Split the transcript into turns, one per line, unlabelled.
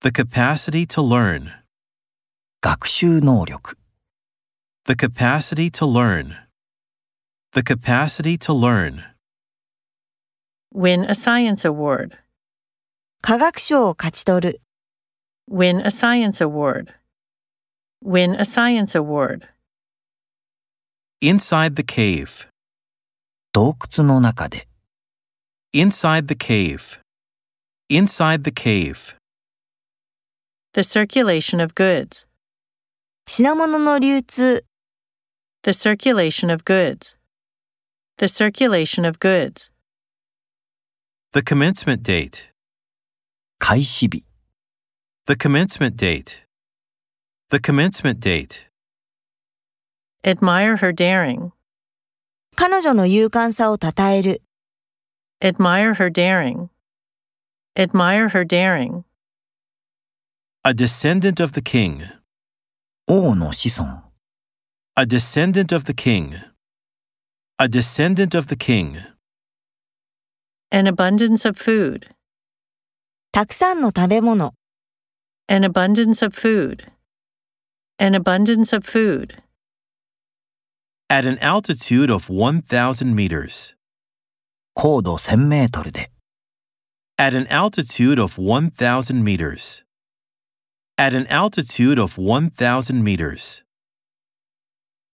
The capacity to learn.
学習能力、
The capacity to learn. The capacity to learn.
Win a science award.
科学賞を勝ち取る、
Win a science award. Win a science award.
Inside the cave.
洞窟の中で、
Inside the cave. Inside the cave.
The circulation of goods.
品物の流通、
The circulation of goods. The circulation of goods.
The commencement date.
開始日、
The commencement date. The commencement date.
Admire her daring.
彼女の勇敢さを称える、
Admire her daring. Admire her daring.
A descendant of the king.
王の子孫、
A descendant of the king. A descendant of the king.
An abundance of food.
たくさんの食べ物、
An abundance of food. An abundance of food.
At an altitude of 1,000 meters.
高度1000メートルで、
At an altitude of 1,000 meters. At an altitude of 1,000 meters.